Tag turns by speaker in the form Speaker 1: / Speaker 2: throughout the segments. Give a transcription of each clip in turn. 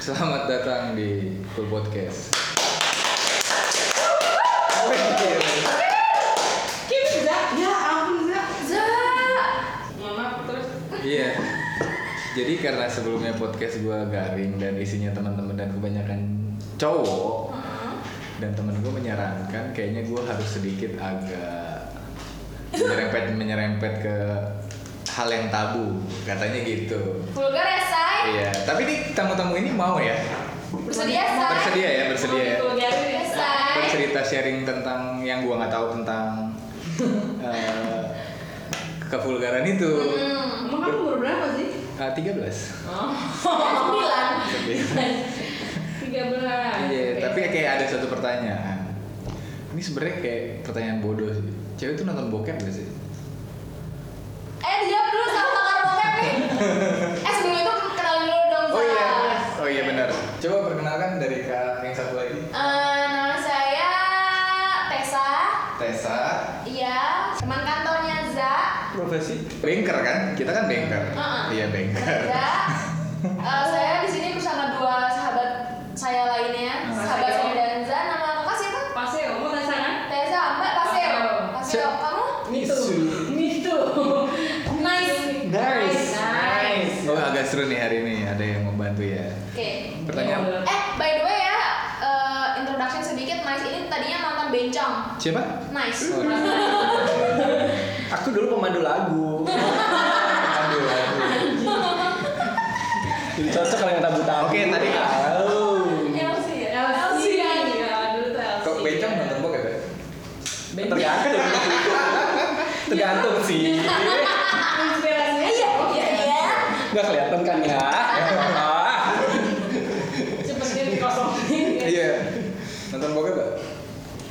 Speaker 1: Selamat datang di Full Podcast.
Speaker 2: Kim Zak, ya ampun Zak.
Speaker 3: Zak.
Speaker 2: Mama terus
Speaker 1: Iya. Jadi karena sebelumnya podcast gua garing dan isinya teman-teman dan kebanyakan cowok dan temen gue menyarankan kayaknya gue harus sedikit agak menyerempet menyerempet ke hal yang tabu katanya gitu.
Speaker 3: Vulgar ya, Say?
Speaker 1: Iya. Tapi nih tamu-tamu ini mau ya
Speaker 3: Bersedia, Say?
Speaker 1: bersedia ya bersedia ya
Speaker 2: Vulgarin
Speaker 3: Bersedia,
Speaker 2: ya.
Speaker 3: Say?
Speaker 1: bercerita sharing tentang yang gua nggak tahu tentang eh, kevulgaran itu.
Speaker 3: Hmm.
Speaker 2: Emang kamu umur berapa sih?
Speaker 1: Ah, 13.
Speaker 2: Oh,
Speaker 3: Sembilan.
Speaker 2: tiga
Speaker 3: Hmm.
Speaker 2: belas.
Speaker 1: Iya, tapi kayak ada satu pertanyaan. Ini sebenarnya kayak pertanyaan bodoh sih. Cewek itu nonton bokep gak sih?
Speaker 3: Eh, dijawab dulu sama pakar bokep nih. Eh, sebelum itu kenalin dulu dong,
Speaker 1: Oh iya.
Speaker 3: Zak.
Speaker 1: Oh iya benar. Coba perkenalkan dari Kak yang satu lagi.
Speaker 3: Eh, nama saya Tessa.
Speaker 1: Tessa.
Speaker 3: Iya, teman kantornya Zak.
Speaker 1: Profesi? Banker kan? Kita kan banker.
Speaker 3: Heeh.
Speaker 1: Iya, banker.
Speaker 3: Zak. Eh, saya di sini bersama dua sahabat saya lainnya,
Speaker 1: Hmm.
Speaker 3: sahabat saya dan Zak. Nama kakak siapa?
Speaker 2: Paseo, mau ke sana?
Speaker 3: Tessa, Mbak Paseo.
Speaker 2: Paseo.
Speaker 3: Paseo, kamu?
Speaker 1: Nisu.
Speaker 2: Misu.
Speaker 3: Nice.
Speaker 2: Nice. Nice.
Speaker 1: Oh, agak seru nih hari ini. Ada yang membantu ya.
Speaker 3: Oke.
Speaker 1: Pertanyaan.
Speaker 3: Eh, by the way ya, eh, introduction sedikit. Nice ini tadinya mantan bencong.
Speaker 1: Siapa?
Speaker 3: Nice.
Speaker 1: Oh,
Speaker 4: Aku dulu pemandu lagu.
Speaker 1: aduh, aduh.
Speaker 4: Jadi cocok kalau yang tabu-tabu.
Speaker 1: Oke, tadi-
Speaker 4: Oh.
Speaker 3: LC ya.
Speaker 2: LC. Ya, dulu tuh LC.
Speaker 1: Kok bencong nonton bokep ya?
Speaker 2: Bencong.
Speaker 4: Tergantung. Tergantung sih.
Speaker 2: Inspirasinya.
Speaker 3: Iya, iya, iya.
Speaker 4: Gak kelihatan kan ya? Ah.
Speaker 2: Seperti dikosongin.
Speaker 1: Iya. Nonton bokep gak?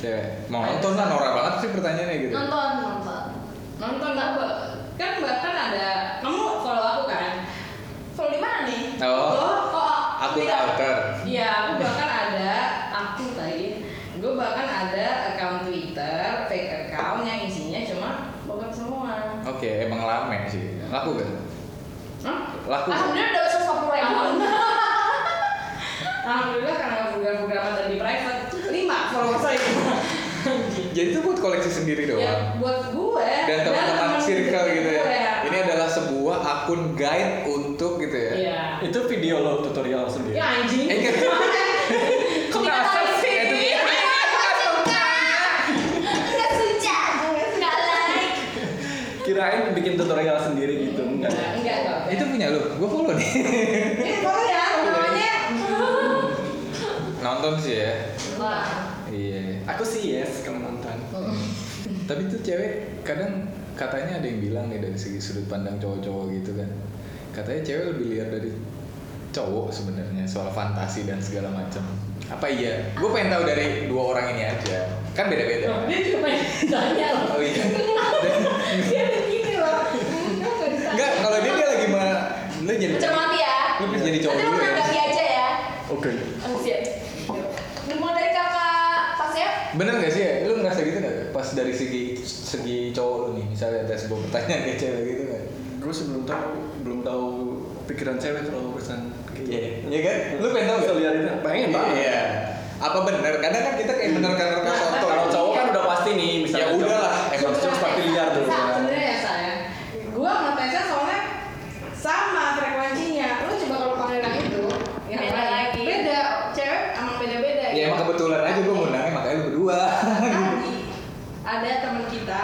Speaker 1: Cewek. Mau nonton lah norak banget sih pertanyaannya gitu.
Speaker 3: Nonton, nonton.
Speaker 2: Nonton nggak, Mbak? Kan bahkan ada. Kamu follow aku kan?
Speaker 3: Follow di mana nih?
Speaker 1: Oh.
Speaker 2: Oh, kok
Speaker 1: Aku
Speaker 2: tidak-
Speaker 1: counter.
Speaker 2: Iya, aku bahkan ada aku tadi. Gue bahkan ada account Twitter, fake account yang isinya cuma bokep semua.
Speaker 1: Oke, emang lame sih. Laku gak?
Speaker 2: Hah?
Speaker 1: Laku. gak?
Speaker 3: Alhamdulillah udah bisa sepuluh ribu.
Speaker 2: Alhamdulillah karena program-program tadi private lima follower saya.
Speaker 1: Jadi itu buat koleksi sendiri
Speaker 2: ya,
Speaker 1: doang.
Speaker 2: buat gue
Speaker 1: Dan teman-teman
Speaker 2: Iya.
Speaker 1: circle gitu ya.
Speaker 2: gue.
Speaker 1: Ini adalah sebuah akun guide untuk gitu ya.
Speaker 2: Iya.
Speaker 4: Itu video lo tutorial sendiri.
Speaker 2: Ya anjing.
Speaker 1: Eh, enggak.
Speaker 4: Kok ngerasa sih?
Speaker 3: Iya, Nggak suka. Nggak like.
Speaker 4: Kirain bikin tutorial sendiri gitu. Enggak.
Speaker 2: Enggak, enggak. enggak.
Speaker 1: Itu punya lu, gue follow nih.
Speaker 2: Ini follow ya, namanya.
Speaker 1: Nonton sih ya.
Speaker 2: Wah.
Speaker 1: Iya.
Speaker 4: Aku sih yes kalau nonton.
Speaker 1: Tapi tuh cewek kadang katanya ada yang bilang nih dari segi sudut pandang cowok-cowok gitu kan. Katanya cewek lebih liar dari cowok sebenarnya soal fantasi dan segala macam. Apa iya? Gue pengen tahu dari dua orang ini aja. Kan beda-beda.
Speaker 2: Dia cuma tanya loh.
Speaker 1: Oh iya.
Speaker 2: Dia begini loh. Kamu nggak bisa.
Speaker 1: Enggak, kalau dia dia lagi mah lu jadi
Speaker 3: Macam mati ya.
Speaker 1: lu bisa jadi cowok
Speaker 3: Nanti lu
Speaker 1: dulu ya.
Speaker 3: menanggapi aja ya.
Speaker 4: Oke.
Speaker 3: Oh, siap. Mau dari kakak Paseo?
Speaker 1: Bener gak sih ya? Lu ngerasa gitu gak? Pas dari segi segi cowok lu nih, misalnya tes gue pertanyaan ke cewek gitu kan?
Speaker 4: Gue sebelum tahu belum tahu pikiran cewek gitu. kalau urusan kayak
Speaker 1: Iya, iya kan? Lu pengen tahu gak?
Speaker 4: lihat itu? Pengen banget.
Speaker 1: Iya. Apa bener? Kadang kan kita kayak bener kan
Speaker 2: Nah,
Speaker 1: soto.
Speaker 4: Kalau cowok kan udah pasti nih, misalnya
Speaker 1: Ya udah lah,
Speaker 4: emang cowok pasti liar tuh.
Speaker 2: Sa-
Speaker 1: kan.
Speaker 2: sebenarnya ya saya gua sama Tessa soalnya sama frekuensinya lu coba kalau panggil yang itu yang
Speaker 3: Beda
Speaker 2: lain.
Speaker 3: lagi.
Speaker 2: kan? beda cewek emang beda beda
Speaker 1: Ya emang kebetulan aja gue ngundangnya makanya lu berdua.
Speaker 2: ada teman kita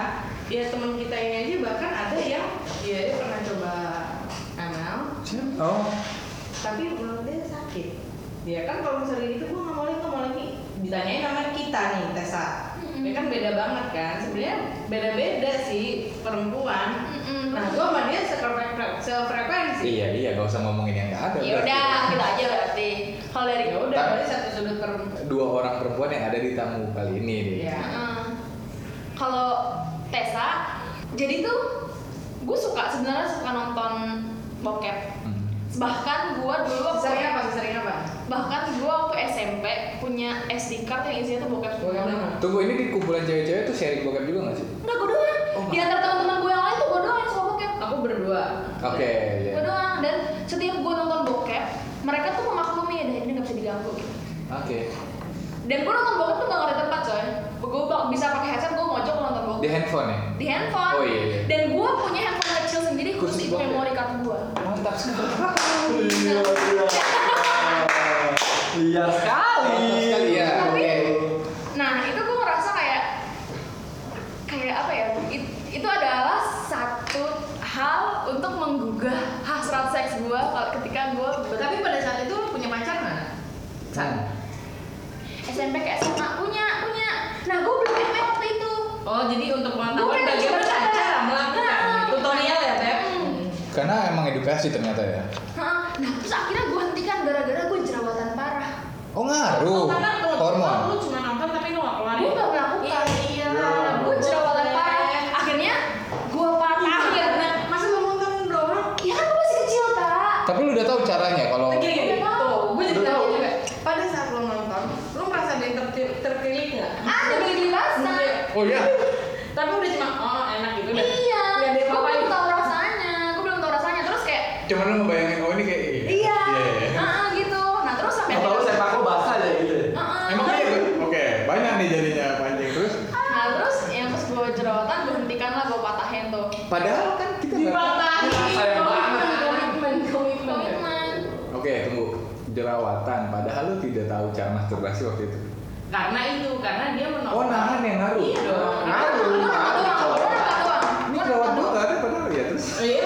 Speaker 2: ya teman kita ini aja bahkan ada yang dia dia pernah coba anal
Speaker 1: Oh.
Speaker 2: tapi menurut dia sakit dia kan kalau misalnya gitu gua nggak mau lagi nggak mau lagi ditanyain sama kita nih Tessa
Speaker 3: Mm-mm.
Speaker 2: dia kan beda banget kan sebenarnya beda beda sih perempuan Nah, gua sama dia sefrekuensi. sefrekuensi.
Speaker 1: Iya iya gak usah ngomongin yang gak ada.
Speaker 3: Ya udah,
Speaker 1: berarti.
Speaker 3: kita aja berarti. Kalau dari
Speaker 2: Ya udah, berarti satu sudut per
Speaker 1: Dua orang perempuan yang ada di tamu kali ini deh.
Speaker 2: Iya.
Speaker 3: Heeh. kalau Tessa jadi tuh gue suka sebenarnya suka nonton bokep
Speaker 1: Hmm.
Speaker 3: bahkan gue dulu
Speaker 2: Oh, Sering
Speaker 3: waktu
Speaker 2: apa? Sering apa?
Speaker 3: bahkan gue waktu SMP punya SD card yang isinya tuh bokep
Speaker 2: Gue
Speaker 3: semua
Speaker 2: nama.
Speaker 1: Tunggu ini di kumpulan cewek-cewek tuh sharing bokep juga gak sih?
Speaker 3: enggak gue doang
Speaker 1: Oh,
Speaker 3: di antara teman-teman gue yang lain tuh gue doang yang suka bokep
Speaker 2: Aku berdua.
Speaker 1: Oke. iya.
Speaker 3: gue doang dan setiap gue nonton bokep mereka tuh memaklumi dan gitu. Dan gue nonton bokep tuh gak ngerti tempat coy Gue bak- bisa pakai headset, gue ngocok nonton bokep
Speaker 1: Di handphone ya?
Speaker 3: Di handphone
Speaker 1: Oh, iya, iya.
Speaker 3: Dan gue punya handphone kecil sendiri
Speaker 1: Khusus
Speaker 3: khusus itu
Speaker 1: bokep.
Speaker 3: memori kartu gue
Speaker 1: Mantap sekali.
Speaker 4: Iya, iya. Liar Iya sekali.
Speaker 1: Liar sekali,
Speaker 4: Iya.
Speaker 1: ya.
Speaker 3: Tapi, nah itu gue ngerasa kayak Kayak apa ya, it- itu adalah satu hal untuk menggugah hasrat seks gue ketika gue
Speaker 2: Tapi pada saat itu lo punya pacar nggak? Saat?
Speaker 1: Hmm.
Speaker 3: SMP ke SMA punya punya nah gue belum SMA waktu itu
Speaker 2: Oh jadi untuk
Speaker 3: Bukan,
Speaker 2: mengetahui bagaimana
Speaker 3: coba-coba.
Speaker 2: cara melakukan
Speaker 3: Nah.
Speaker 2: tutorial ya Beb?
Speaker 3: Hmm.
Speaker 1: Karena emang edukasi ternyata ya.
Speaker 3: Heeh. nah terus akhirnya gue hentikan gara-gara gue jerawatan parah
Speaker 1: Oh ngaruh.
Speaker 2: karena kalau
Speaker 1: Hormon.
Speaker 2: kan lu cuma nonton tapi lu nggak keluar. ya?
Speaker 3: gue gak melakukan
Speaker 2: Iya.
Speaker 3: gue jerawatan parah akhirnya gue patah Iya,
Speaker 2: Akhirnya masa lu nah, nonton doang?
Speaker 3: ya kan gue masih kecil Iya, kan? tak
Speaker 1: Tapi lu udah tahu caranya kalau
Speaker 2: Lagi gitu. Gue jadi
Speaker 1: Udah
Speaker 2: nanya
Speaker 1: tahu.
Speaker 2: juga. Pada saat lu nonton, lu merasa ada yang ter- terkilik nggak?
Speaker 3: ah udah beli dewasa
Speaker 2: Enggak.
Speaker 1: Oh iya.
Speaker 2: Tapi udah cuma oh enak gitu udah.
Speaker 3: iya
Speaker 2: Nggak ada
Speaker 3: gue
Speaker 2: apa-apa. gitu.
Speaker 3: belum tau rasanya gue belum tau rasanya terus kayak
Speaker 1: Cuman lu ngebayangin oh ini kayak
Speaker 3: iya Heeh, gitu nah terus sampai Ah,
Speaker 4: Atau
Speaker 3: akhirnya-
Speaker 4: sepak lo basah aja gitu ya?
Speaker 3: Heeh.
Speaker 1: Emang iya. Oke, banyak nih jadinya pancing terus.
Speaker 3: nah terus yang pas gue jerawatan gue hentikan lah gue patahin tuh Iya,
Speaker 1: Padahal kan kita nggak-
Speaker 2: Dipatahin.
Speaker 4: Ya, sayang banget.
Speaker 2: Komitmen, komitmen, komitmen.
Speaker 3: komitmen
Speaker 1: Oke, tunggu. Jerawatan padahal lu tidak tahu cara masturbasi waktu itu.
Speaker 2: Karena itu, karena dia menolak.
Speaker 1: Oh, nahan yang ngaruh.
Speaker 2: Iya dong.
Speaker 4: Ngaruh.
Speaker 3: Gua nangka doang, gua nangka doang.
Speaker 1: Ini
Speaker 3: Gua
Speaker 1: jerawat gua
Speaker 3: nangka doang.
Speaker 1: nggak ada padahal ya terus.
Speaker 2: Iya.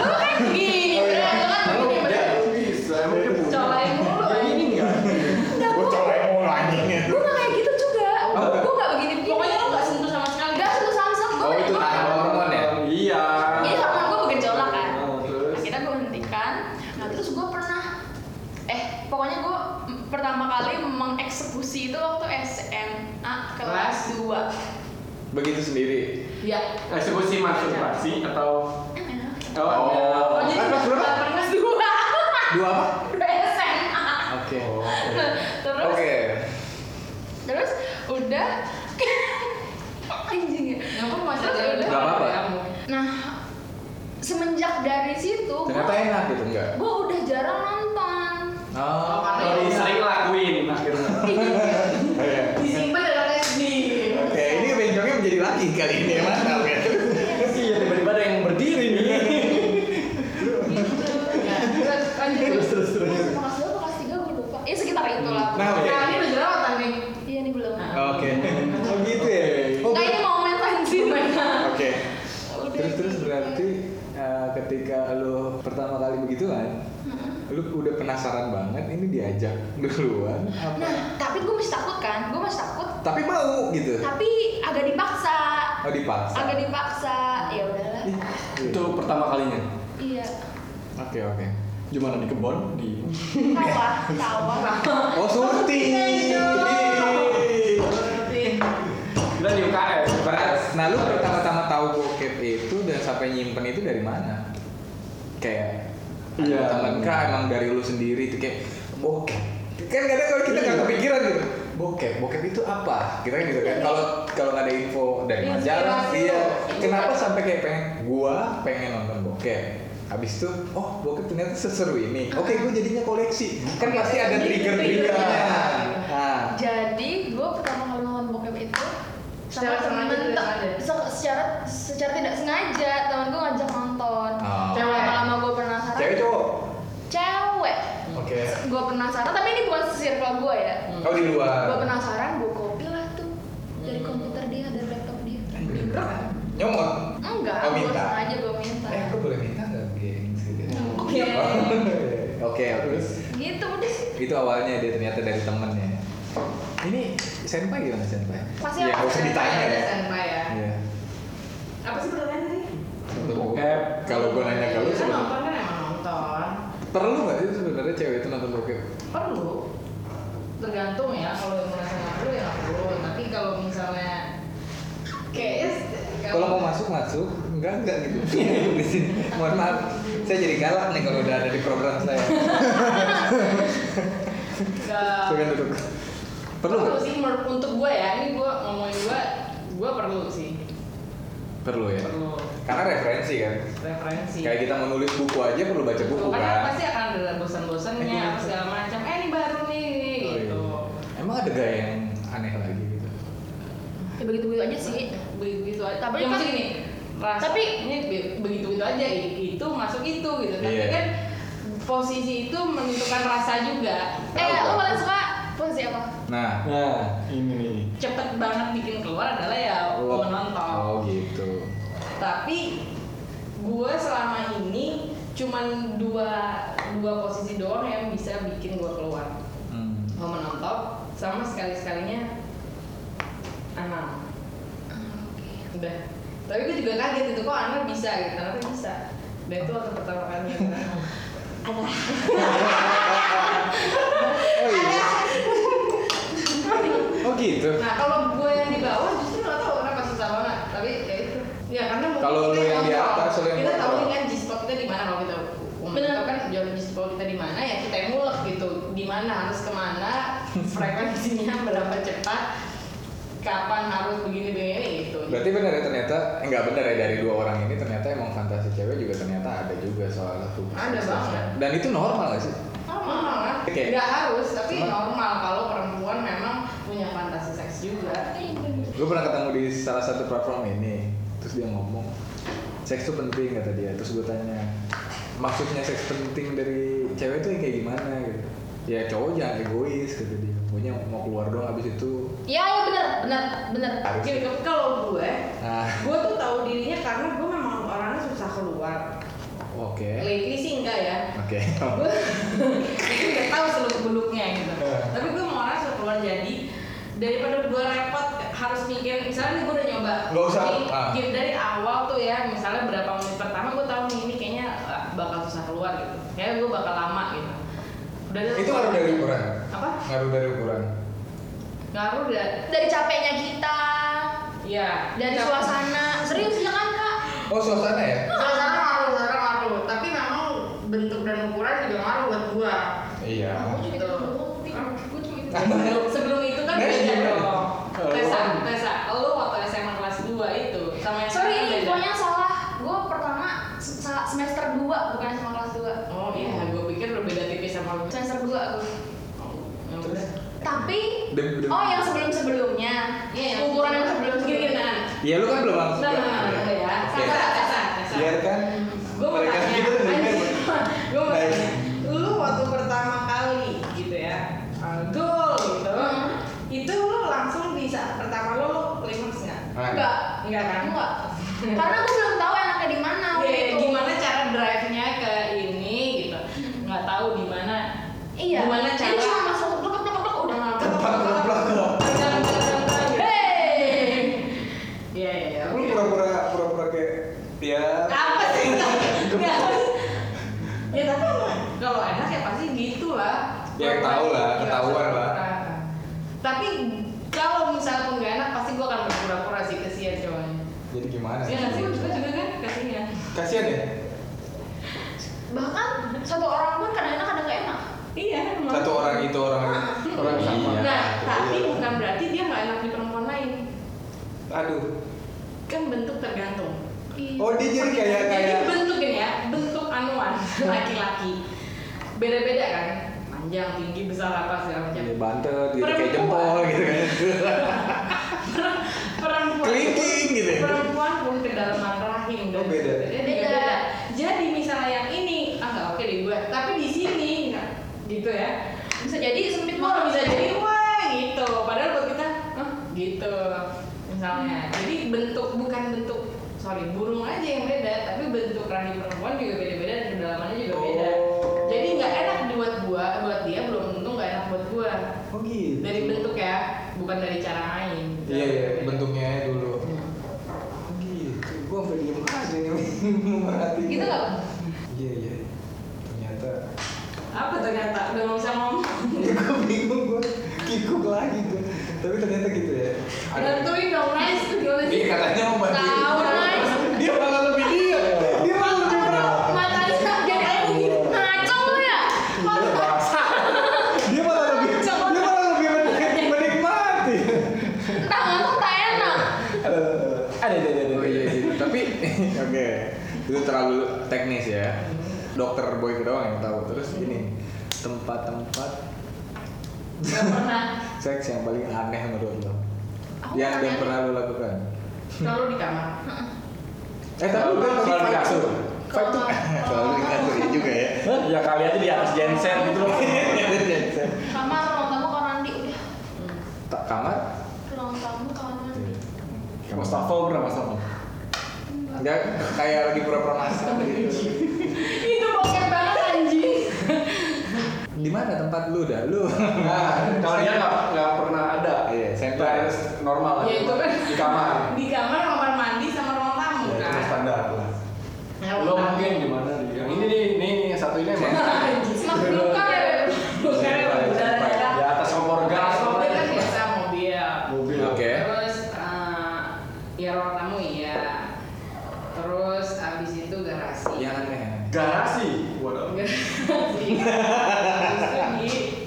Speaker 3: Lu kan gini,
Speaker 1: Oh, iya.
Speaker 3: Fred, lu kan
Speaker 1: Lu
Speaker 3: gini,
Speaker 1: beda.
Speaker 3: Fred.
Speaker 4: Bisa, emang dia punya.
Speaker 2: Colain mulu.
Speaker 4: Yang ini enggak?
Speaker 3: Enggak,
Speaker 1: Gua
Speaker 3: gua-
Speaker 1: coba mau
Speaker 4: Oh, Iya.
Speaker 1: anjingnya
Speaker 3: gua nggak kayak gitu juga.
Speaker 1: Oh, enggak.
Speaker 3: Gua nggak begini-begini.
Speaker 2: Pokoknya lu nggak sentuh sama sekali.
Speaker 3: Nggak sentuh samsung, gua
Speaker 1: Oh,
Speaker 3: nggak-
Speaker 1: itu
Speaker 3: gua nggak-
Speaker 1: tahan hormon ya.
Speaker 4: Iya.
Speaker 3: Jadi hormon gua bergejolak kan.
Speaker 4: Oh, terus?
Speaker 3: Akhirnya gua hentikan. Nah, terus gua pernah eh pokoknya gua m- pertama kali mengeksekusi itu waktu SMA kelas
Speaker 2: Kelas?
Speaker 3: 2
Speaker 1: Begitu sendiri.
Speaker 2: Iya.
Speaker 4: Eksekusi masturbasi atau iya. atau
Speaker 1: Oh.
Speaker 4: ada-
Speaker 2: Oh, jadi
Speaker 1: Kelas
Speaker 2: kelas
Speaker 1: berapa?
Speaker 2: Kelas dua.
Speaker 1: Dua apa?
Speaker 3: udah SMA
Speaker 1: Oke.
Speaker 4: Oh,
Speaker 3: terus
Speaker 1: Oke.
Speaker 3: terus udah anjing ya
Speaker 2: Kenapa masih ada?
Speaker 3: Terus udah.
Speaker 1: Nggak apa-apa.
Speaker 3: Nah, semenjak dari situ,
Speaker 1: Ternyata enak gitu enggak?
Speaker 3: gue udah jarang nonton.
Speaker 1: Oh,
Speaker 2: karena
Speaker 4: Kalau sering lakuin akhirnya.
Speaker 1: Iya.
Speaker 2: Disimpan dalam SD.
Speaker 1: Oke, ini benjolnya menjadi laki kali ini ya mantap ya.
Speaker 4: Iya, tiba-tiba ada yang berdiri nih.
Speaker 3: Gitu.
Speaker 2: Ya, terus lanjut.
Speaker 4: terus
Speaker 3: Kelas berapa, kelas dua, atau kelas tiga, gue lupa. Eh sekitar itulah.
Speaker 1: Nah, oke.
Speaker 2: Nah, ini udah jerawatan nih.
Speaker 3: Iya nih belum.
Speaker 2: Nah.
Speaker 1: Oke. Oh gitu ya. Oh,
Speaker 3: Nah ini
Speaker 1: ber-
Speaker 3: mau main pensi mereka.
Speaker 1: Oke.
Speaker 3: Udah
Speaker 1: Terus terus
Speaker 3: gitu.
Speaker 1: berarti eh, ketika lo pertama kali begituan, lo udah penasaran banget ini diajak duluan
Speaker 3: Nah,
Speaker 1: apa?
Speaker 3: tapi gue masih takut kan? Gue masih takut.
Speaker 1: Tapi mau gitu.
Speaker 3: Tapi agak dipaksa.
Speaker 1: Oh dipaksa.
Speaker 3: Agak dipaksa. Ya udahlah.
Speaker 1: Ih,
Speaker 4: Itu
Speaker 1: gitu.
Speaker 4: pertama kalinya.
Speaker 3: Iya.
Speaker 1: Oke oke.
Speaker 4: Gimana di kebon? Di
Speaker 3: Tawa, tawa.
Speaker 1: Oh Surti.
Speaker 2: Berarti.
Speaker 4: kita di UKS.
Speaker 1: Berat. Nah lu pertama-tama tahu bokep itu dan sampai nyimpen itu dari mana? Kayak
Speaker 4: Iya.
Speaker 1: ada temen kah emang dari lu sendiri itu kayak bokep. Kan kadang kalau kita nggak kepikiran gitu. Bokep, bokep itu apa? Kita kan gitu kan. Kalau kalau nggak ada info dari
Speaker 2: Inspirasi
Speaker 1: majalah,
Speaker 2: lu.
Speaker 1: iya. Kenapa sampai kayak pengen gua pengen nonton bokep? Habis itu, oh bokep ternyata seseru ini. Oke, gua jadinya koleksi. Kan pasti ada trigger-trigger. Nah,
Speaker 3: Jadi gue pertama kali nonton bokep itu sama
Speaker 2: Secara
Speaker 3: temen
Speaker 2: sengaja tidak
Speaker 3: te- se- secara secara tidak sengaja temen gue ngajak nonton.
Speaker 1: Oh.
Speaker 3: Cewek lama gue penasaran.
Speaker 1: cewek cowok.
Speaker 3: Cewek.
Speaker 1: Oke.
Speaker 3: Gue penasaran, tapi ini bukan circle gue ya.
Speaker 1: Kau di luar.
Speaker 3: Gue penasaran, gue copy lah tuh dari komputer dia, dari laptop dia.
Speaker 1: Nyomot.
Speaker 3: Enggak,
Speaker 1: Oh,
Speaker 3: gue
Speaker 1: minta.
Speaker 3: sengaja gue minta.
Speaker 1: Eh, aku boleh minta nggak geng gitu?
Speaker 2: Oke.
Speaker 1: Oke, oke.
Speaker 3: Gitu udah.
Speaker 1: Itu awalnya dia ternyata dari temennya. Ini senpai gimana senpai?
Speaker 3: Pasti
Speaker 1: ya,
Speaker 3: ada
Speaker 1: nggak usah ditanya
Speaker 2: Ada
Speaker 1: ya.
Speaker 2: senpai ya.
Speaker 1: Iya.
Speaker 2: Apa sih pertanyaan tadi?
Speaker 1: Bokep. Kalau gue nanya ke lu
Speaker 2: Kan
Speaker 1: sebenarnya
Speaker 2: nonton kan emang nonton.
Speaker 1: perlu nggak sih sebenarnya cewek itu nonton bokep?
Speaker 2: Perlu. Tergantung ya. Kalau yang merasa nggak perlu ya nggak perlu. Tapi kalau misalnya kayak Ya
Speaker 1: Kalau mau masuk masuk, enggak enggak gitu. di sini. Mohon maaf, saya jadi galak nih kalau udah ada di program saya.
Speaker 2: nggak
Speaker 1: Silakan duduk. Perlu
Speaker 2: perlu
Speaker 1: nggak?
Speaker 2: sih menurut untuk gue ya ini gue ngomongin gue gue perlu sih
Speaker 1: Perlu ya.
Speaker 2: perlu
Speaker 1: Karena referensi kan.
Speaker 2: referensi
Speaker 1: Kayak kita menulis buku aja perlu baca buku
Speaker 2: Karena
Speaker 1: kan.
Speaker 2: pasti akan ada bosan-bosannya apa segala macam eh ini baru nih
Speaker 1: Iya. Oh, iya.
Speaker 2: gitu
Speaker 1: gitu?
Speaker 3: Ya, aja sih
Speaker 2: begitu aja
Speaker 3: Tapi
Speaker 2: yang
Speaker 3: kan-
Speaker 2: penting nih ras-
Speaker 3: tapi-
Speaker 2: ini begitu begitu aja i- itu masuk itu gitu tapi
Speaker 1: Iya.
Speaker 2: kan posisi itu menentukan rasa juga
Speaker 3: eh lo paling suka posisi apa
Speaker 1: Nah,
Speaker 4: Nah, ini nih.
Speaker 2: cepet banget bikin keluar adalah ya
Speaker 1: lo-
Speaker 2: menonton
Speaker 1: Oh gitu.
Speaker 2: tapi gue selama ini cuman dua dua posisi doang yang bisa bikin gue keluar
Speaker 1: Hmm.
Speaker 2: mau menonton sama sekali sekalinya anak Ah, udah tapi gue juga kaget itu kok anak bisa gitu ternyata bisa dan itu waktu pertama kali ada
Speaker 1: Oh iya. Oh gitu.
Speaker 2: nah kalau gue yang di bawah justru nggak tahu kenapa susah banget tapi ya itu ya karena mungkin
Speaker 1: Kalau
Speaker 2: kita
Speaker 1: lu yang di
Speaker 2: kontrol.
Speaker 1: atas, lu yang
Speaker 2: kita tahu
Speaker 1: kontrol.
Speaker 2: nih kan g spot kita di mana kalau kita
Speaker 3: Bener.
Speaker 2: benar kan jauh g spot kita di mana ya kita yang mulek gitu di mana harus kemana frekuensinya berapa cepat kapan harus begini begini gitu
Speaker 1: Berarti benar ya ternyata eh, nggak benar ya dari dua orang ini ternyata emang fantasi cewek juga ternyata ada juga soal satu.
Speaker 2: Ada banget.
Speaker 1: Dan itu normal gak sih?
Speaker 2: normal kan
Speaker 1: Oke.
Speaker 2: nggak harus tapi
Speaker 1: Cuma-
Speaker 2: normal kalau perempuan memang punya fantasi seks juga
Speaker 1: Gue pernah ketemu di salah satu platform ini, terus dia ngomong seks itu penting kata dia. Terus gue tanya maksudnya seks penting dari cewek itu yang kayak gimana gitu? Ya cowok jangan egois kata dia. Pokoknya mau keluar doang abis itu
Speaker 3: ya ya bener bener bener
Speaker 1: harus.
Speaker 2: Oke, kalau gue
Speaker 1: Nah,
Speaker 2: gue tuh tahu dirinya karena gue memang orangnya susah keluar
Speaker 1: oke,
Speaker 2: lately sih enggak ya
Speaker 1: oke.
Speaker 2: gue itu udah tahu seluk beluknya gitu tapi gue mau orang suruh keluar jadi daripada gue repot harus mikir misalnya nih gue udah nyoba
Speaker 1: Nggak usah,
Speaker 2: Ini
Speaker 1: ah.
Speaker 2: game dari awal tuh ya misalnya berapa menit pertama gue tahu nih ini kayaknya ah, bakal susah keluar gitu kayaknya gue bakal lama gitu udah deh,
Speaker 1: itu
Speaker 2: keluar.
Speaker 1: ngaruh dari ukuran.
Speaker 2: Apa?
Speaker 1: Ngaruh dari ukuran.
Speaker 2: ngaruh dari
Speaker 3: dari capeknya kita
Speaker 2: ya
Speaker 3: dari
Speaker 2: Cap-
Speaker 3: suasana serius ya kan kak
Speaker 1: Oh suasana ya?
Speaker 2: suasana ngaruh suasana ngaruh tapi memang bentuk dan ukuran juga ngaruh buat gue
Speaker 1: Iya.
Speaker 3: Aku juga
Speaker 2: Gitu.
Speaker 3: gitu doang, Pi.
Speaker 2: Ah.
Speaker 3: Aku cuma gitu
Speaker 1: Ah.
Speaker 2: Sebelum- sebelum itu kan
Speaker 1: Nah,
Speaker 2: beda
Speaker 1: gimana?
Speaker 2: dong
Speaker 1: Kalau
Speaker 2: Tesa,
Speaker 1: lu-
Speaker 2: Tesa, lu waktu SMA kelas 2 itu sama yang sekarang
Speaker 3: sorry ini
Speaker 2: beda.
Speaker 3: infonya salah gue pertama se- sa- semester 2 bukan SMA kelas
Speaker 2: Oh iya, gue pikir lu beda tipis sama lu
Speaker 3: 2 semester 2 gue
Speaker 2: Ya udah.
Speaker 3: tapi
Speaker 1: Dem- dem-
Speaker 3: oh yang sebelum sebelumnya
Speaker 2: Iya, yang
Speaker 3: ukuran yang sebelum
Speaker 2: gini
Speaker 3: sebelumnya
Speaker 2: nah
Speaker 1: Iya lu kan belum
Speaker 2: Nah,
Speaker 1: langsung.
Speaker 2: nah,
Speaker 1: kan?
Speaker 2: nah, nah, ya
Speaker 1: Oke.
Speaker 2: Tesa, Tesa, Tesa
Speaker 1: Biarkan
Speaker 2: Gue mau
Speaker 1: Iya kan? mereka-
Speaker 2: tanya,
Speaker 1: kita dengar.
Speaker 2: gue mau
Speaker 1: Baik.
Speaker 2: tanya Lu waktu pertama kali gitu ya uh, Goal gitu
Speaker 3: Hmm.
Speaker 2: Itu lu langsung di saat pertama lu, lu klimaks nggak?
Speaker 3: enggak
Speaker 2: Enggak kan?
Speaker 3: enggak karena gue belum tahu enaknya di mana waktu
Speaker 2: Iya,
Speaker 3: itu.
Speaker 2: gimana cara drive-nya ke ini gitu. Nggak tahu di mana.
Speaker 3: iya
Speaker 2: Gimana cara?
Speaker 3: jadi cuma masuk blok blok blok udah nggak
Speaker 2: Jalan, jalan, jalan, gitu.
Speaker 3: Hey!
Speaker 2: Iya, iya, iya,
Speaker 4: Lu
Speaker 2: oke.
Speaker 4: pura-pura pura-pura kayak ya
Speaker 2: Apa sih? Nggak. Ya tapi emang kalau enak ya pasti gitu lah.
Speaker 1: Ya, tahu lah, ketahuan lah.
Speaker 2: Tapi kalau misalnya pun nggak enak pasti gua akan berpura-pura sih kesian cowoknya.
Speaker 1: Jadi gimana?
Speaker 2: Iya nggak sih, juga juga kan kasihan.
Speaker 4: kasihan ya.
Speaker 3: bahkan satu orang pun kadang enak kadang nggak enak
Speaker 2: Iya. emang.
Speaker 1: Satu orang itu orang orang sama.
Speaker 2: Nah, tapi
Speaker 1: Iya.
Speaker 2: bukan berarti dia nggak enak di perempuan lain.
Speaker 4: Aduh.
Speaker 2: kan bentuk tergantung
Speaker 3: Iya.
Speaker 4: Oh dia jadi kayak
Speaker 2: jadi
Speaker 4: kayak
Speaker 2: bentuk ini ya bentuk anuan laki-laki beda-beda kan panjang tinggi besar apa segala macam
Speaker 1: Iya, bantet gitu kayak
Speaker 2: Perempuan.
Speaker 1: jempol gitu kan.
Speaker 2: perempuan
Speaker 1: Kelingking gitu ya.
Speaker 2: perempuan pun kedalaman rahim
Speaker 4: Oh, beda.
Speaker 2: Dia juga
Speaker 3: Beda.
Speaker 2: beda. jadi misalnya yang ini ah nggak oke deh gue tapi di sini nah, gitu ya
Speaker 3: bisa jadi sempit
Speaker 2: Wah Oh,
Speaker 3: banget
Speaker 2: bisa jadi wah gitu. Padahal buat kita "Hah?" gitu misalnya. Jadi bentuk bukan bentuk sorry burung aja yang beda, tapi bentuk rahim perempuan juga beda-beda dan kedalamannya juga beda.
Speaker 4: Oh.
Speaker 2: Jadi nggak enak buat gua, buat dia belum tentu nggak enak buat gua.
Speaker 4: Oh gitu.
Speaker 2: Dari bentuk ya, bukan dari cara main.
Speaker 1: Iya iya bentuknya aja dulu.
Speaker 4: Oh gitu. Gua sampai diem aja nih merhatiin.
Speaker 3: gitu nggak Bang?
Speaker 4: Iya iya. Ternyata
Speaker 2: Apa ternyata udah nggak bisa ngomong.
Speaker 4: gue bingung gue kikuk lagi gue. Tapi ternyata gitu ya. Ada
Speaker 2: Nentuin dong nice tuh gimana
Speaker 1: Dia
Speaker 2: sih?
Speaker 1: katanya mau bantu.
Speaker 2: Tahu nice.
Speaker 1: Dia malah lebih dia.
Speaker 4: dia malah lebih berat.
Speaker 3: matanya tak jadi kayak begini ngaco lu ya
Speaker 4: Dia malah lebih dia malah lebih menik- menikmati.
Speaker 3: tangan tuh tak enak
Speaker 4: Eh, Ada ada ada. ada.
Speaker 1: Oh iya gitu. Tapi oke. Itu terlalu teknis ya. Dokter boy doang yang tahu. Terus ini tempat-tempat
Speaker 2: Gak pernah.
Speaker 1: seks yang paling aneh menurut lo.
Speaker 3: Aku
Speaker 1: yang udah
Speaker 3: pertanyaannya-
Speaker 1: pernah lo lakukan
Speaker 2: Selalu di kamar.
Speaker 1: eh tapi
Speaker 4: Kalau
Speaker 1: udah
Speaker 4: di
Speaker 1: kalau di
Speaker 4: kasur.
Speaker 1: kasur
Speaker 3: Kalau
Speaker 5: Kalau di kantor ini juga ya.
Speaker 1: Hah?
Speaker 4: Iya,
Speaker 1: ya kali aja di atas genset gitu loh
Speaker 3: kamar ruang tamu kamar mandi udah
Speaker 1: Ta- kamar
Speaker 3: ruang tamu kamar mandi.
Speaker 1: Kamar.
Speaker 4: Mustafa pernah Mustafa?
Speaker 1: Enggak, kayak lagi pura-pura masak gitu.
Speaker 3: Itu bokep banget anjing.
Speaker 1: Di mana tempat lu dah? Lu.
Speaker 4: Nah, kalau dia nggak nggak pernah ada.
Speaker 1: Iya, center.
Speaker 4: Nggak ada normal
Speaker 2: Ya, itu kan.
Speaker 4: di kamar.
Speaker 2: Di kamar kamar mandi sama ruang tamu
Speaker 4: Ya, itu
Speaker 2: kan.
Speaker 4: standar lah.
Speaker 2: Nah,
Speaker 4: Belum mungkin gimana dia. Yang ini nih, ini yang satu ini emang
Speaker 2: Iya.
Speaker 3: Semak belukar ya. Beb.
Speaker 2: Bukan Iya.
Speaker 4: di atas kompor gas.
Speaker 2: Mobil kan biasa mobil.
Speaker 4: Mobil.
Speaker 1: Oke.
Speaker 2: Terus eh, ya ruang tamu iya. Terus abis itu garasi.
Speaker 1: Yang aneh.
Speaker 4: Garasi. Waduh.
Speaker 2: Garasi. Terus lagi eh,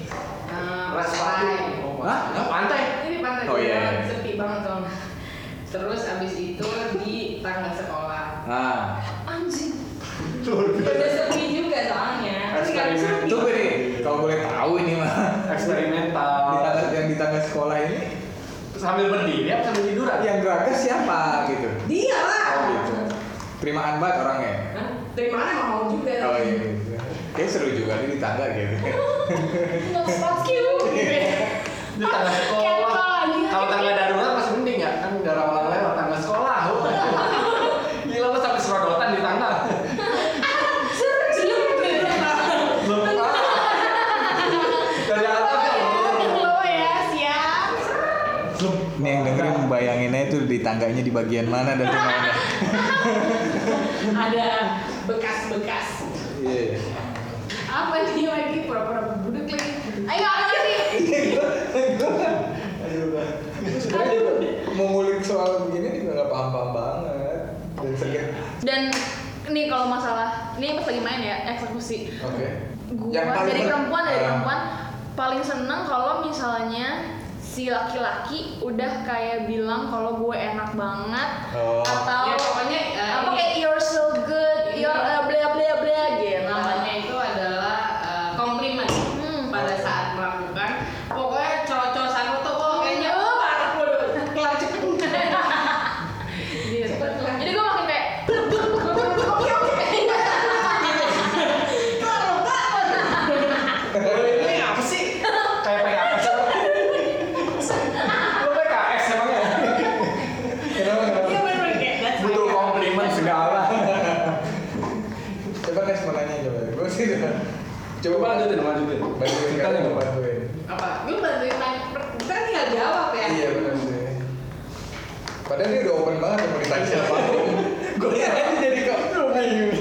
Speaker 4: Respati.
Speaker 2: pantai.
Speaker 4: Oh,
Speaker 1: Hah?
Speaker 4: Pantai.
Speaker 2: Ini di pantai
Speaker 1: Oh, iya.
Speaker 2: doang, sepi banget soalnya. Terus abis itu di tangga sekolah.
Speaker 1: Ah.
Speaker 3: Anjing.
Speaker 2: Ya udah sepi juga soalnya. Terus nggak bisa.
Speaker 4: Eksperimen.
Speaker 1: Itu gue nih, kalau boleh tahu ini mah.
Speaker 4: Eksperimental.
Speaker 1: Di tangga yang di tangga sekolah ini
Speaker 4: Sambil berdiri apa sambil tiduran?
Speaker 1: yang gerakan siapa gitu.
Speaker 2: Dia lah.
Speaker 1: Oh gitu. Terimaan banget orangnya.
Speaker 2: Hah? Dari mana emang mau juga?
Speaker 1: Oh iya. gitu. Kayaknya seru juga nih di tangga gitu.
Speaker 3: Nggak fuck you. gitu ya.
Speaker 4: Di tangga
Speaker 3: Kental,
Speaker 4: sekolah.
Speaker 3: anjing.
Speaker 4: Kalau tangga darurat masih mending ya, kan nggak rawan lewat tangga sekolah. Wah. Gila mas sampai serodotan di tangga.
Speaker 2: Belum belum.
Speaker 4: Belum Dari atas.
Speaker 3: Lo ya siap.
Speaker 1: Nih yang dengerin bayanginnya itu di tangganya di bagian mana dan di mana.
Speaker 2: Ada bekas-bekas.
Speaker 1: Iya.
Speaker 2: Apa dia lagi pura-pura budek lagi?
Speaker 3: Ayo apa sih?
Speaker 1: Sebenarnya juga mau ngulik soal begini juga nggak paham-paham banget dan sering.
Speaker 3: Dan nih kalau masalah ini pas lagi main ya eksekusi.
Speaker 1: Oke.
Speaker 3: Gua
Speaker 1: Yang paling
Speaker 3: dari
Speaker 1: men-
Speaker 3: perempuan dari
Speaker 1: Ah.
Speaker 3: perempuan paling seneng kalau misalnya si laki-laki udah kayak bilang kalau gue enak banget
Speaker 1: Oh.
Speaker 3: atau
Speaker 2: Ya pokoknya eh,
Speaker 3: apa
Speaker 2: ini
Speaker 3: kayak you're so good, you're uh, bla bla bla gitu.
Speaker 2: namanya itu adalah eh, komplimen
Speaker 3: Hmm.
Speaker 2: pada saat melakukan. Pokoknya cowok-cowok sana tuh oh kayaknya oh parah bodoh. Kelar cepet. Gitu.
Speaker 3: Jadi gue makin kayak
Speaker 2: Oke, oke. Kelar banget.
Speaker 4: Ini apa sih? Kayak PKS. Lo PKS emangnya?
Speaker 1: Kenapa? kenapa?
Speaker 2: Iya bener-bener kayak that's my
Speaker 4: Butuh
Speaker 2: guy.
Speaker 4: komplimen segala.
Speaker 1: Coba Nes mau nanya coba. Gue sih udah.
Speaker 4: Coba lanjutin, lanjutin.
Speaker 1: Bantuin
Speaker 4: Kita
Speaker 1: kan
Speaker 4: nih, Pak.
Speaker 1: bantuin.
Speaker 2: Apa? Lu bantuin tanya. Kita tinggal jawab ya.
Speaker 1: Iya benar sih. Padahal dia udah open banget sama ditanya siapa. Gue Iya, lihat aja jadi kok.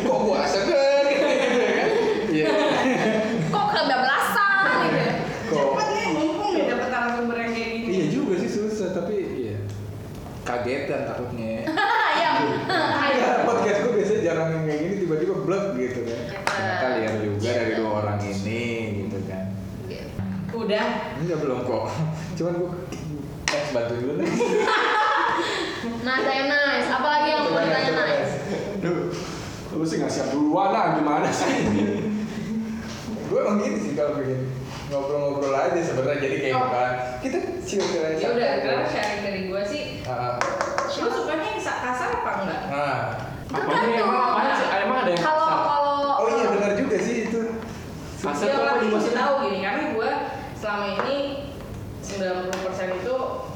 Speaker 1: Kok gue seger gitu ya kan? Iya.
Speaker 3: kok kebablasan gitu. ya.
Speaker 1: Kok.
Speaker 2: Cepet nih mumpung ya dapet narasumber yang kayak gini.
Speaker 1: Iya juga sih susah tapi iya. Kagetan takutnya.
Speaker 3: Ayam.
Speaker 1: Karena Iya, podcast gue biasanya jarang yang kayak gini tiba-tiba blek gitu kan. Ternyata liar juga dari dua orang ini gitu kan.
Speaker 2: Udah.
Speaker 1: Enggak belum kok. Cuman gue Nes bantuin dulu Nes.
Speaker 3: Nah, saya nice. Apalagi yang
Speaker 1: Iya,
Speaker 3: mau ditanya nice?
Speaker 4: Duh, lu sih nggak siap duluan lah gimana sih?
Speaker 1: gue emang gini sih kalau pengen ngobrol-ngobrol aja sebenarnya jadi kayak
Speaker 2: Oh.
Speaker 1: bukan kita Nah, chill-chill aja
Speaker 2: Ya udah, kenapa sharing dari gua sih?
Speaker 1: Ah,
Speaker 2: Lu sukanya yang sa- kasar apa enggak?
Speaker 1: ah.
Speaker 4: Apanya ya? emang apaan sih? Eh, Emang ada yang
Speaker 3: Kalau
Speaker 4: kasar?
Speaker 3: kalau
Speaker 1: oh iya benar juga sih itu
Speaker 4: Kasar
Speaker 2: Ya
Speaker 4: tuh apa
Speaker 2: orang
Speaker 4: juga
Speaker 2: mesti
Speaker 4: sih?
Speaker 2: tahu gini, karena gua selama ini 90% itu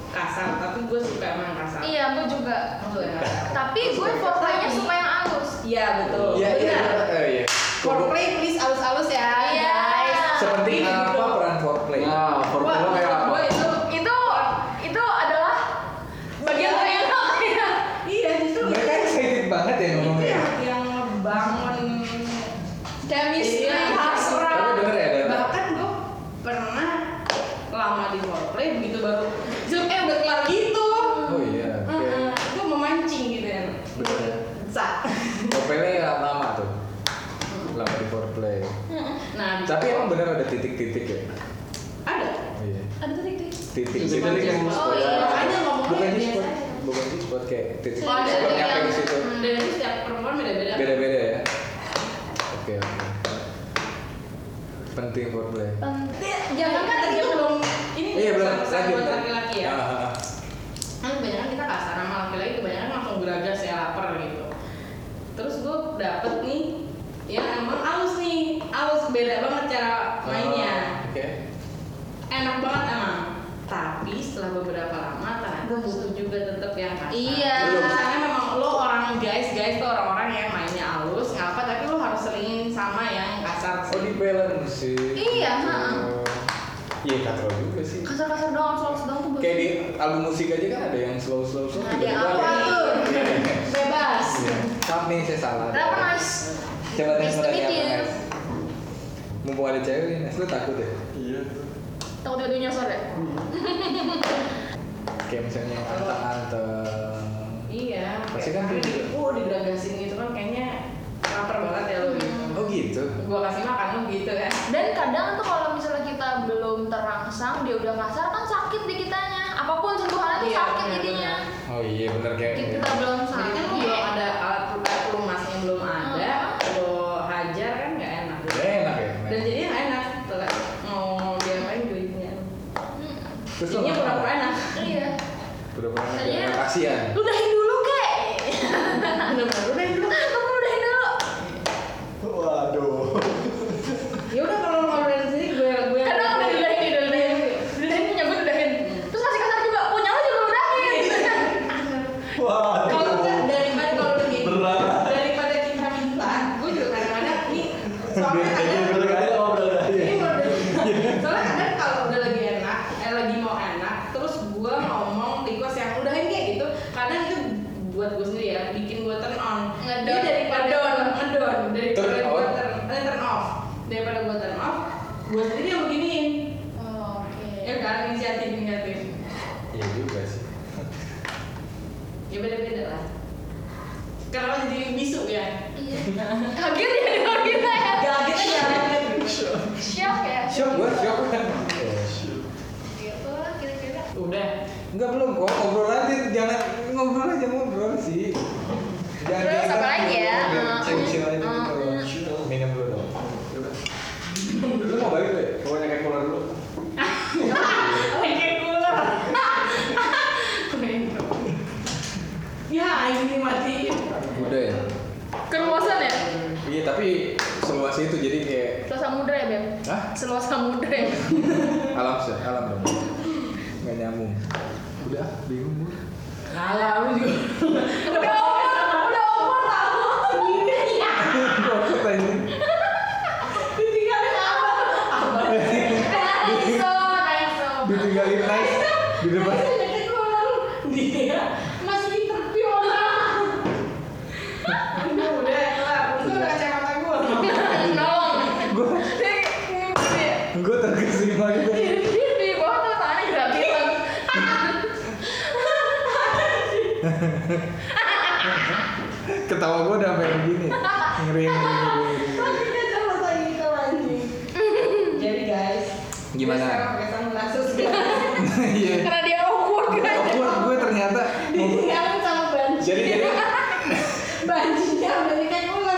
Speaker 2: kasar, tapi gua suka emang yang kasar.
Speaker 3: Iya, gue juga.
Speaker 2: Lu suka yang kasar.
Speaker 3: Tapi gue fotonya suka yang halus.
Speaker 2: Iya, betul.
Speaker 1: iya iya
Speaker 2: Benar.
Speaker 1: eh, iya
Speaker 2: Foreplay please halus-halus ya,
Speaker 3: Iya.
Speaker 2: guys.
Speaker 1: seperti
Speaker 2: Gitu. Iya.
Speaker 1: apa peran foreplay
Speaker 4: Nah,
Speaker 2: Gua,
Speaker 4: formula
Speaker 2: maksud
Speaker 4: kayak apa?
Speaker 2: gua itu
Speaker 3: Itu itu adalah bagian
Speaker 2: Iya.
Speaker 3: terenak ya.
Speaker 2: iya justru
Speaker 1: mereka
Speaker 2: itu
Speaker 1: excited banget ya
Speaker 2: itu
Speaker 1: ngomongnya
Speaker 2: yang yang bangun
Speaker 3: Iya, Chemistry
Speaker 2: Iya.
Speaker 3: hasrat.
Speaker 1: tapi bener ya Dada
Speaker 2: bahkan gue pernah lama di foreplay begitu baru zoom eh udah kelar gitu
Speaker 1: oh iya oke
Speaker 2: Heeh, itu memancing gitu ya
Speaker 1: Bener ya.
Speaker 2: Sa.
Speaker 1: foreplay ya lama tuh lama di foreplay
Speaker 2: nah
Speaker 1: tapi emang bener ada titik-titik ya
Speaker 2: ada
Speaker 1: Oh, iya
Speaker 3: Ada titik.
Speaker 1: titik
Speaker 4: Titik yang
Speaker 3: Oh iya,
Speaker 2: makanya
Speaker 1: bukan
Speaker 2: ngomongnya
Speaker 1: di
Speaker 2: biasa
Speaker 1: spot
Speaker 2: aja.
Speaker 1: bukan di spot kayak titik
Speaker 2: Oh, ada
Speaker 1: sebelum
Speaker 2: ada
Speaker 1: nyampe
Speaker 2: yang
Speaker 1: ke situ
Speaker 2: dan itu setiap perempuan beda-beda
Speaker 1: beda-beda ya oke oke penting foreplay
Speaker 3: Pentil. Iya,
Speaker 2: jangan kan tadi itu belum ini
Speaker 1: iya belum
Speaker 2: sama- sama
Speaker 1: lanjut
Speaker 2: buat laki-laki ya
Speaker 1: Ah, ah, ah.
Speaker 2: ya, gitu. ya ya?
Speaker 1: Ah.
Speaker 2: beberapa lama ternyata butuh juga tetap yang kasar
Speaker 3: Iya.
Speaker 2: Kalau misalnya memang lo orang guys guys tuh orang-orang yang mainnya halus nggak apa tapi lo harus selingin sama yang kasar
Speaker 1: Oh di
Speaker 2: sih
Speaker 1: balance sih.
Speaker 3: Iya,
Speaker 1: Gitu.
Speaker 3: ha-ha.
Speaker 1: Iya katro juga sih.
Speaker 3: kasar-kasar doang slow sedang tuh
Speaker 1: Kayak di
Speaker 3: bagus.
Speaker 1: album musik aja kan ada yang slow slow slow.
Speaker 3: Ada
Speaker 1: tiba-tiba
Speaker 3: apa
Speaker 1: ada yang-
Speaker 3: tuh?
Speaker 1: Iya.
Speaker 3: bebas
Speaker 1: Iya. Maaf nih saya salah.
Speaker 3: Kenapa nice
Speaker 1: Coba tes
Speaker 3: Nice to
Speaker 1: pertanyaan
Speaker 3: meet you.
Speaker 1: Nes. Mumpung ada cewek nih, Nes lu takut ya?
Speaker 4: Iya.
Speaker 3: Tahu dua-duanya sore
Speaker 1: Kayak misalnya anteng-anteng.
Speaker 2: iya
Speaker 1: Pasti kan
Speaker 2: kayak kami
Speaker 1: gitu.
Speaker 2: di- uh digeragasin gitu kan kayaknya lapar banget ya lo gitu
Speaker 3: Hmm.
Speaker 1: Oh gitu.
Speaker 2: gua kasih makan lo gitu kan
Speaker 3: dan kadang tuh kalau misalnya kita belum terangsang dia udah kasar kan sakit di kitanya apapun sentuhannya tuh
Speaker 2: Iya,
Speaker 3: sakit
Speaker 2: benar,
Speaker 3: jadinya
Speaker 1: Oh iya bener kayak.
Speaker 3: Gitu, kita belum
Speaker 2: Jadi kan
Speaker 3: sakit
Speaker 2: belum ada alat alat pelumasnya belum ada, lo hajar kan nggak enak.
Speaker 1: Ya, enak ya. enak.
Speaker 2: Dan jadi nggak enak setelah mau diapain duitnya.
Speaker 1: Terus lu
Speaker 2: Jadinya
Speaker 1: nggak
Speaker 2: pura-pura enak.
Speaker 3: iya
Speaker 1: Pura-pura enak.
Speaker 3: Iya.
Speaker 1: ya. Kasihan.
Speaker 3: ludahin dulu kek
Speaker 2: Bener-bener udah dulu.
Speaker 3: kamu ludahin dulu
Speaker 5: Waduh.
Speaker 2: Ya udah kalau lo mau dari sini gue gue.
Speaker 3: kadang udah ludahin udah ludahin
Speaker 2: Iya,
Speaker 3: ludahin punya gue ludahin terus kasih kasar juga punya lo juga ludahin
Speaker 2: Kalau
Speaker 5: Waduh.
Speaker 2: enggak daripada kalau udah gini.
Speaker 5: Berat.
Speaker 2: Daripada kita minta, gue juga kadang-kadang nih. Soalnya kadang
Speaker 1: Iya.
Speaker 2: Ini baru- soalnya kadang kalau udah lagi enak eh lagi mau enak terus gua ngomong request yang udahin kayak gitu kadang itu buat gue sendiri ya bikin gue turn on
Speaker 3: Ngedon.
Speaker 2: Jadi daripada
Speaker 3: Ngedon.
Speaker 2: ngedon daripada
Speaker 1: Turn
Speaker 2: gue
Speaker 1: on.
Speaker 2: turn, eh, turn off daripada gue turn off gue sendiri yang beginiin ya
Speaker 3: oke Iya.
Speaker 2: kan inisiatif inisiatif
Speaker 1: Iya juga sih.
Speaker 2: ya beda beda lah kenapa jadi bisu ya
Speaker 3: kaget ya dengar kita ya
Speaker 2: Kaget aja.
Speaker 3: shock ya
Speaker 1: Syok gue, syok kan.
Speaker 3: gitu lah kira-kira
Speaker 2: udah
Speaker 1: Enggak belum kok, ngobrol aja jangan ngobrol aja ngobrol sih. Jangan
Speaker 3: Terus
Speaker 1: dianggap
Speaker 3: apa lagi ya?
Speaker 1: gitu,
Speaker 3: Eh,
Speaker 1: Chill-chill aja
Speaker 3: eh,
Speaker 1: gitu.
Speaker 3: eh.
Speaker 1: Minum dulu dong. Lu mau balik dulu ya?
Speaker 4: Gue nyakit keluar dulu.
Speaker 2: lagi pulang ya ini mati
Speaker 1: Udah ya.
Speaker 3: keluasan ya
Speaker 1: Iya tapi seluas itu jadi kayak
Speaker 3: Selasa muda ya Beb?
Speaker 1: Hah?
Speaker 3: Selasa muda ya?
Speaker 1: alam sih alam dong. Nggak nyambung. Udah bingung gue.
Speaker 2: Kalah lu juga.
Speaker 3: udah over, udah over Iya. lah
Speaker 1: Kok tanya?
Speaker 2: Ditinggalin apa? Apa?
Speaker 3: Iso, Iso
Speaker 1: Ditinggalin nice di depan.
Speaker 2: Jadi orang dia masih interview orang. Ini udah kelar. Itu udah kacamata gua.
Speaker 3: Nolong
Speaker 1: Gue
Speaker 3: Dia dia-
Speaker 1: gue terkesima gitu.
Speaker 3: Dia di bawah tuh tangannya gerak bilang
Speaker 1: Ketawa gue udah sampai begini. Ngeri ngeri ngeri. ngeri.
Speaker 2: Tapi dia cuma tadi itu gitu, anjing. Jadi guys,
Speaker 1: Gimana?
Speaker 2: dia Sekarang pakai sunglasses guys.
Speaker 1: Iya.
Speaker 3: Karena dia awkward kan
Speaker 1: Awkward gue ternyata.
Speaker 2: Ditinggalin sama banji.
Speaker 1: Jadi jadi
Speaker 2: Banjinya udah kayak ular.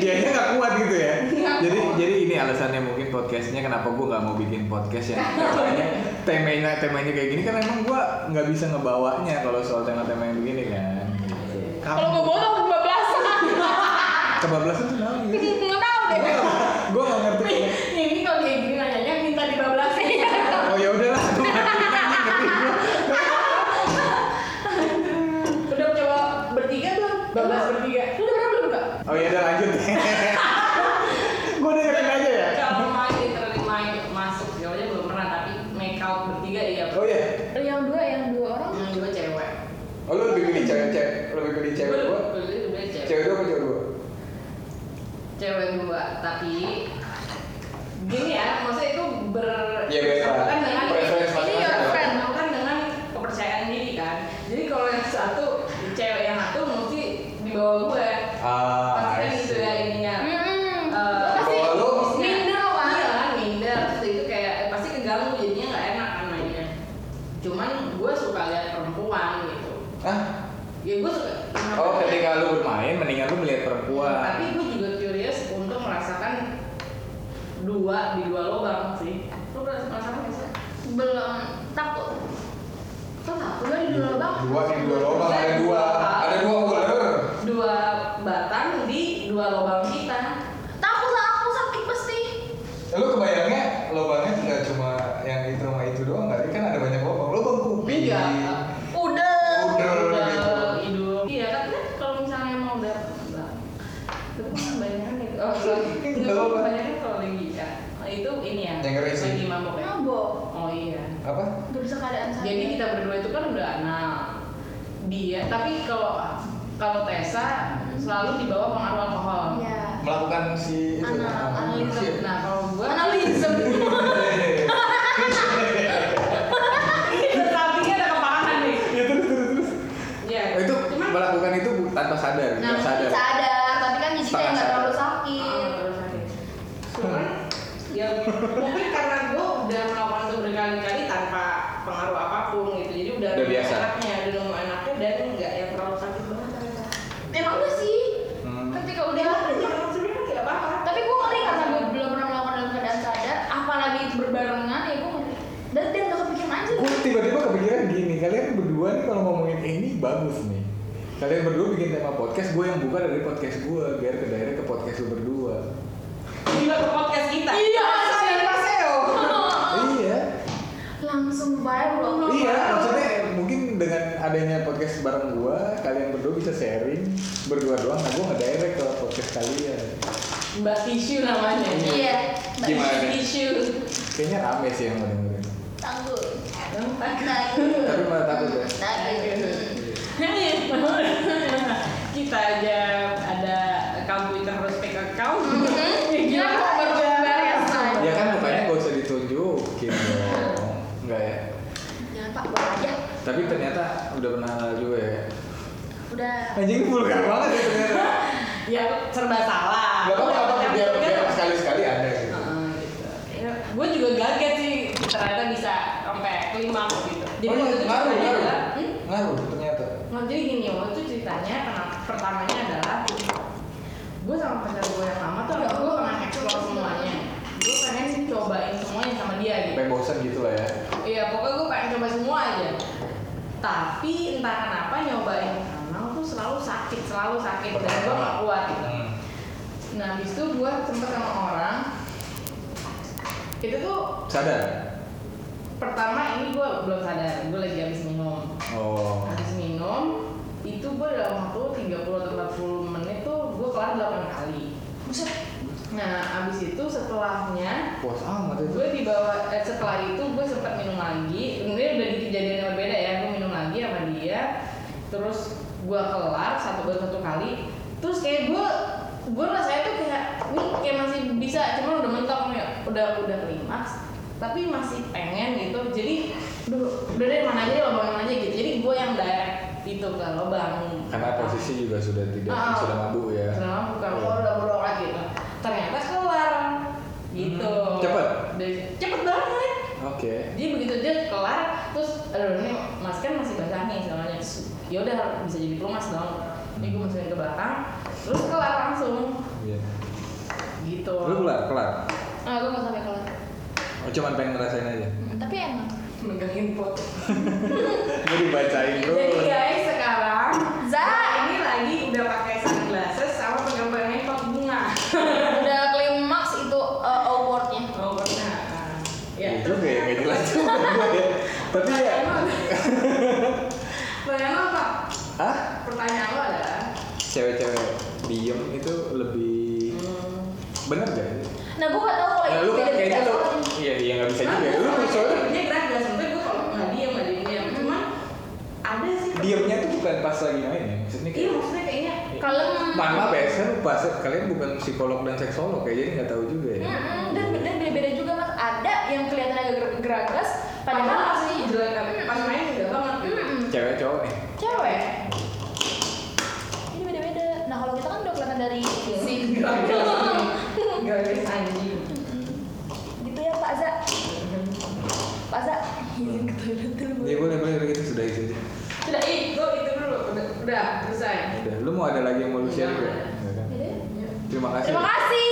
Speaker 1: dianya nggak kuat gitu ya. Jadi jadi ini alasannya mungkin podcastnya kenapa gue nggak mau bikin podcast yang temanya temanya temanya kayak gini kan emang gue nggak bisa ngebawanya kalau soal tema-tema yang begini kan.
Speaker 3: Kalau gue bawa tuh kebablasan
Speaker 1: kebablasan tuh nangis.
Speaker 3: Nggak tahu deh
Speaker 1: Gue nggak ngerti.
Speaker 2: Ini kalau kayak gini nanyanya minta dibablasin.
Speaker 3: Iya.
Speaker 1: Oh ya udahlah. gua matiin aja, ngerti gua.
Speaker 2: Udah coba bertiga belum? Bablas bertiga.
Speaker 3: Lu udah pernah belum Kak?
Speaker 1: Oh ya udah lanjut. gue udah yakin aja ya.
Speaker 2: Kalau main literally main masuk segalanya belum pernah tapi make out bertiga iya.
Speaker 1: Oh iya.
Speaker 3: Yang dua, yang dua orang
Speaker 2: Yang dua cewek.
Speaker 1: Oh lu lebih pilih cewek cewek, lu lebih pilih cewek
Speaker 2: Gua
Speaker 1: gua.
Speaker 2: lebih- lebih dari cewek.
Speaker 1: Cewek gua apa cewek gua?
Speaker 2: Cewek dua tapi gini ya, maksudnya itu ber
Speaker 1: Iya, beda.
Speaker 2: kan dengan
Speaker 1: Preference
Speaker 2: ini
Speaker 1: masing-masing.
Speaker 2: ya friend kan dengan kepercayaan diri kan. Jadi kalau yang satu cewek yang satu mesti di bawah gue.
Speaker 1: Ah.
Speaker 2: Pasti kan gitu ya ininya.
Speaker 3: Hmm
Speaker 2: Eh,
Speaker 1: Di bawah lu?
Speaker 2: minder kan iya kan minder terus itu kayak eh, pasti keganggu jadinya nggak enak kan mainnya cuman gue suka lihat perempuan gitu
Speaker 1: Ah.
Speaker 2: ya gue suka
Speaker 1: Oh ketika lu bermain mendingan lu melihat perempuan.
Speaker 2: tapi gue juga curious untuk merasakan dua di dua lubang sih lu pernah merasakan nggak sih
Speaker 3: Belum takut Kok takut lah di dua lubang?
Speaker 1: Dua di dua lubang ada dua ada dua ular.
Speaker 2: dua batang di dua lubang kita
Speaker 3: Takut lah aku sakit pasti
Speaker 1: Ya, Lu kebayangnya lubangnya nggak cuma yang itu sama itu doang kali kan ada banyak lubang. Lubang ku-
Speaker 2: juga.
Speaker 3: udah
Speaker 1: Udah, gitu.
Speaker 2: hidung. Iya, tapi kan kalau misalnya mau udah Nah, tapi kan banyak itu. Oh,
Speaker 1: Nggak apa-apa.
Speaker 2: banyak kalau lagi ya. Nah, Itu ini ya.
Speaker 1: Yang ngeri sih.
Speaker 2: Lagi mabok ya.
Speaker 3: mabok
Speaker 2: Oh iya.
Speaker 1: Apa?
Speaker 3: berusaha keadaan sakit
Speaker 2: Jadi kita berdua itu kan udah anak dia, tapi kalau kalau Tessa selalu dibawa pengaruh alkohol.
Speaker 3: ya
Speaker 1: Melakukan si itu. ya? Iya.
Speaker 3: Anak,
Speaker 1: apa?
Speaker 2: Analisem.
Speaker 1: Shit.
Speaker 2: Nah kalau gua
Speaker 3: analisem
Speaker 2: sampingnya ada kepahaman nih. Ya
Speaker 1: Nah,
Speaker 4: Oh, itu
Speaker 2: Cuman-
Speaker 4: melakukan itu bu- tanpa sadar,
Speaker 3: nah
Speaker 4: tidak
Speaker 3: mungkin
Speaker 4: sadar.
Speaker 3: sadar tapi kan jadi kayak nggak terlalu
Speaker 2: Ah,
Speaker 3: sakit
Speaker 2: terus sakit. Cuman ya mungkin karena gue udah melakukan itu berkali-kali tanpa pengaruh apapun gitu. Jadi udah,
Speaker 4: Udah biasa.
Speaker 2: Anaknya, udah nemu anaknya dan nggak yang terlalu sakit banget. Ah.
Speaker 3: emang gak sih
Speaker 1: Hmm.
Speaker 3: ketika
Speaker 2: Udah
Speaker 3: udah
Speaker 2: sebenarnya kan nggak apa-apa.
Speaker 3: tapi gue ngeri karena gue belum pernah melakukan dalam keadaan sadar apalagi itu berbarengan ya gue ngeri dan dia nggak kepikiran aja
Speaker 1: Gue tiba-tiba kepikiran gini, kalian berdua nih kalau ngomongin "Eh, ini bagus nih. Kalian berdua bikin tema podcast, gue yang buka dari podcast gue, biar ke daerah ke podcast lu berdua.
Speaker 2: Gila ke podcast kita.
Speaker 3: Iya,
Speaker 2: saya
Speaker 3: sih.
Speaker 2: Paseo. Oh.
Speaker 1: Iya,
Speaker 3: langsung viral
Speaker 1: iya. Maksudnya mungkin dengan adanya podcast bareng gue, kalian berdua bisa sharing berdua doang. Nah gue ngedirect ke podcast kalian.
Speaker 2: Mbak Tisu namanya.
Speaker 3: iya
Speaker 4: Gimana?
Speaker 2: Tisu.
Speaker 1: Kayaknya rame sih yang dengerin.
Speaker 3: tangguh
Speaker 1: Tapi malah takut ya.
Speaker 2: Iya, kita aja ada account Twitter respect account. Ya, Gila
Speaker 3: Iya,
Speaker 2: berbar ya.
Speaker 3: Pak.
Speaker 1: Ya kan mukanya gak usah ditunjukin dong. Enggak ya.
Speaker 3: jangan pak bahaya
Speaker 1: Tapi ternyata udah pernah halal juga ya.
Speaker 3: udah
Speaker 1: Anjing vulgar banget ya ternyata.
Speaker 2: Ya serba salah.
Speaker 1: Gak apa-apa, gak apa-apa.
Speaker 2: Tapi
Speaker 1: biar,
Speaker 2: kan-
Speaker 1: biar sekali-sekali ada gitu.
Speaker 2: Heeh, gitu. Ya, gue juga kaget sih ternyata bisa sampai kelima gitu.
Speaker 1: Oh, iya,
Speaker 2: waktu itu
Speaker 1: ngaruh,
Speaker 2: ceritanya
Speaker 1: ngaruh.
Speaker 2: adalah- Hmm?
Speaker 1: Ngaruh ternyata.
Speaker 2: Nah, jadi gini, waktu itu ceritanya kenapa, pertamanya adalah gue sama pacar gue yang lama tuh gue pengen explore semuanya. Gue pengen sih cobain semuanya sama dia gitu.
Speaker 1: Sampai bosan gitu lah ya.
Speaker 2: Iya, pokoknya gue pengen coba semua aja. Tapi entah kenapa nyobain kanal tuh selalu sakit, selalu sakit dan gue gak kuat. Gitu.
Speaker 1: Hmm.
Speaker 2: Nah, habis itu gue sempet sama orang. Itu tuh
Speaker 1: Sadar?
Speaker 2: pertama ini gue belum sadar, gue lagi habis minum.
Speaker 1: Oh.
Speaker 2: Habis minum, itu gue dalam waktu 30 atau 40 menit tuh gue kelar 8 kali.
Speaker 3: buset
Speaker 2: Nah, habis itu setelahnya
Speaker 1: Puas amat itu.
Speaker 2: gue dibawa eh, setelah itu gue sempat minum lagi ini udah di kejadian yang berbeda ya gue minum lagi sama dia terus gue kelar satu baru satu kali terus kayak gue gue rasanya tuh kayak ini kayak masih bisa cuman udah mentok nih udah udah klimaks tapi masih pengen gitu jadi duh, udah deh mana aja deh, lobang mana aja gitu jadi gue yang direct itu ke lobang
Speaker 1: Karena posisi juga sudah tidak,
Speaker 2: Ah.
Speaker 1: sudah mabuk ya.
Speaker 2: Selama bukan
Speaker 1: Iya.
Speaker 2: kalau udah bodo lagi gitu. Ternyata kelar gitu.
Speaker 1: Hmm, cepet?
Speaker 2: Dari- cepet banget.
Speaker 1: Oke.
Speaker 2: Jadi begitu dia kelar, terus aduh ini mas kan masih basah nih semuanya. Ya udah bisa jadi pelumas dong. Jadi gue masukin ke belakang, terus kelar langsung
Speaker 1: Iya.
Speaker 2: gitu.
Speaker 1: Lu kelar, kelar.
Speaker 3: ah gue nggak sampai kelar
Speaker 1: Oh, cuman pengen ngerasain aja.
Speaker 3: Hmm, tapi emang
Speaker 2: Megangin pot.
Speaker 1: Gue dibacain
Speaker 2: Jadi
Speaker 1: terus.
Speaker 2: guys sekarang
Speaker 3: Za!
Speaker 2: ini lagi udah pakai sunglasses sama penggambarannya pot bunga.
Speaker 3: udah klimaks itu uh, awardnya
Speaker 2: Oh pernah.
Speaker 1: Iya juga ya, gak jelas juga gua ya. Tapi ya,
Speaker 2: Pertanyaan lo- Pertanyaan lo apa?
Speaker 1: hah?
Speaker 2: Pertanyaan lo adalah
Speaker 1: Cewek-cewek diem itu lebih
Speaker 2: hmm,
Speaker 1: bener gak?
Speaker 3: nah gue gak tahu kalau
Speaker 1: Nah,
Speaker 3: itu
Speaker 1: lu kan
Speaker 3: beda-beda
Speaker 1: kayaknya lu,
Speaker 3: orang.
Speaker 1: iya iya nggak bisa
Speaker 2: Nah,
Speaker 1: juga.
Speaker 2: gua
Speaker 1: Lu
Speaker 2: kalau
Speaker 1: soalnya
Speaker 2: Dia gratis, sebenernya gue kalau nggak diem nggak diem diem. Cuman ada sih.
Speaker 1: diemnya tuh bukan pas lagi main ya, maksudnya
Speaker 2: Iya
Speaker 1: kayak
Speaker 2: maksudnya kayaknya
Speaker 3: kalem
Speaker 1: Mohon maaf ya, saya lupa, saya- kalian bukan psikolog dan seksolog ya, jadi nggak tahu juga ya
Speaker 3: Mm-mm, dan dan beda-beda juga mas ada yang kelihatan agak ger- geragas padahal
Speaker 2: padahal pasti
Speaker 3: aslinya
Speaker 2: jelek tapi pas main udah banget.
Speaker 3: Mm-mm.
Speaker 1: Cewek cowok nih,
Speaker 3: cewek ini beda-beda nah kalau kita kan udah kelihatan dari
Speaker 2: Si
Speaker 3: sini
Speaker 2: gratis, gratis anjing.
Speaker 3: gitu ya Pak Za Pak Za Iya, izin ke toilet dulu
Speaker 1: ya boleh boleh begitu sudah itu aja
Speaker 2: Sudah itu itu dulu udah udah selesai.
Speaker 1: Udah, lu mau ada lagi yang mau lu share
Speaker 2: Iya.
Speaker 1: gak? Nggak kan? Terima kasih
Speaker 3: terima kasih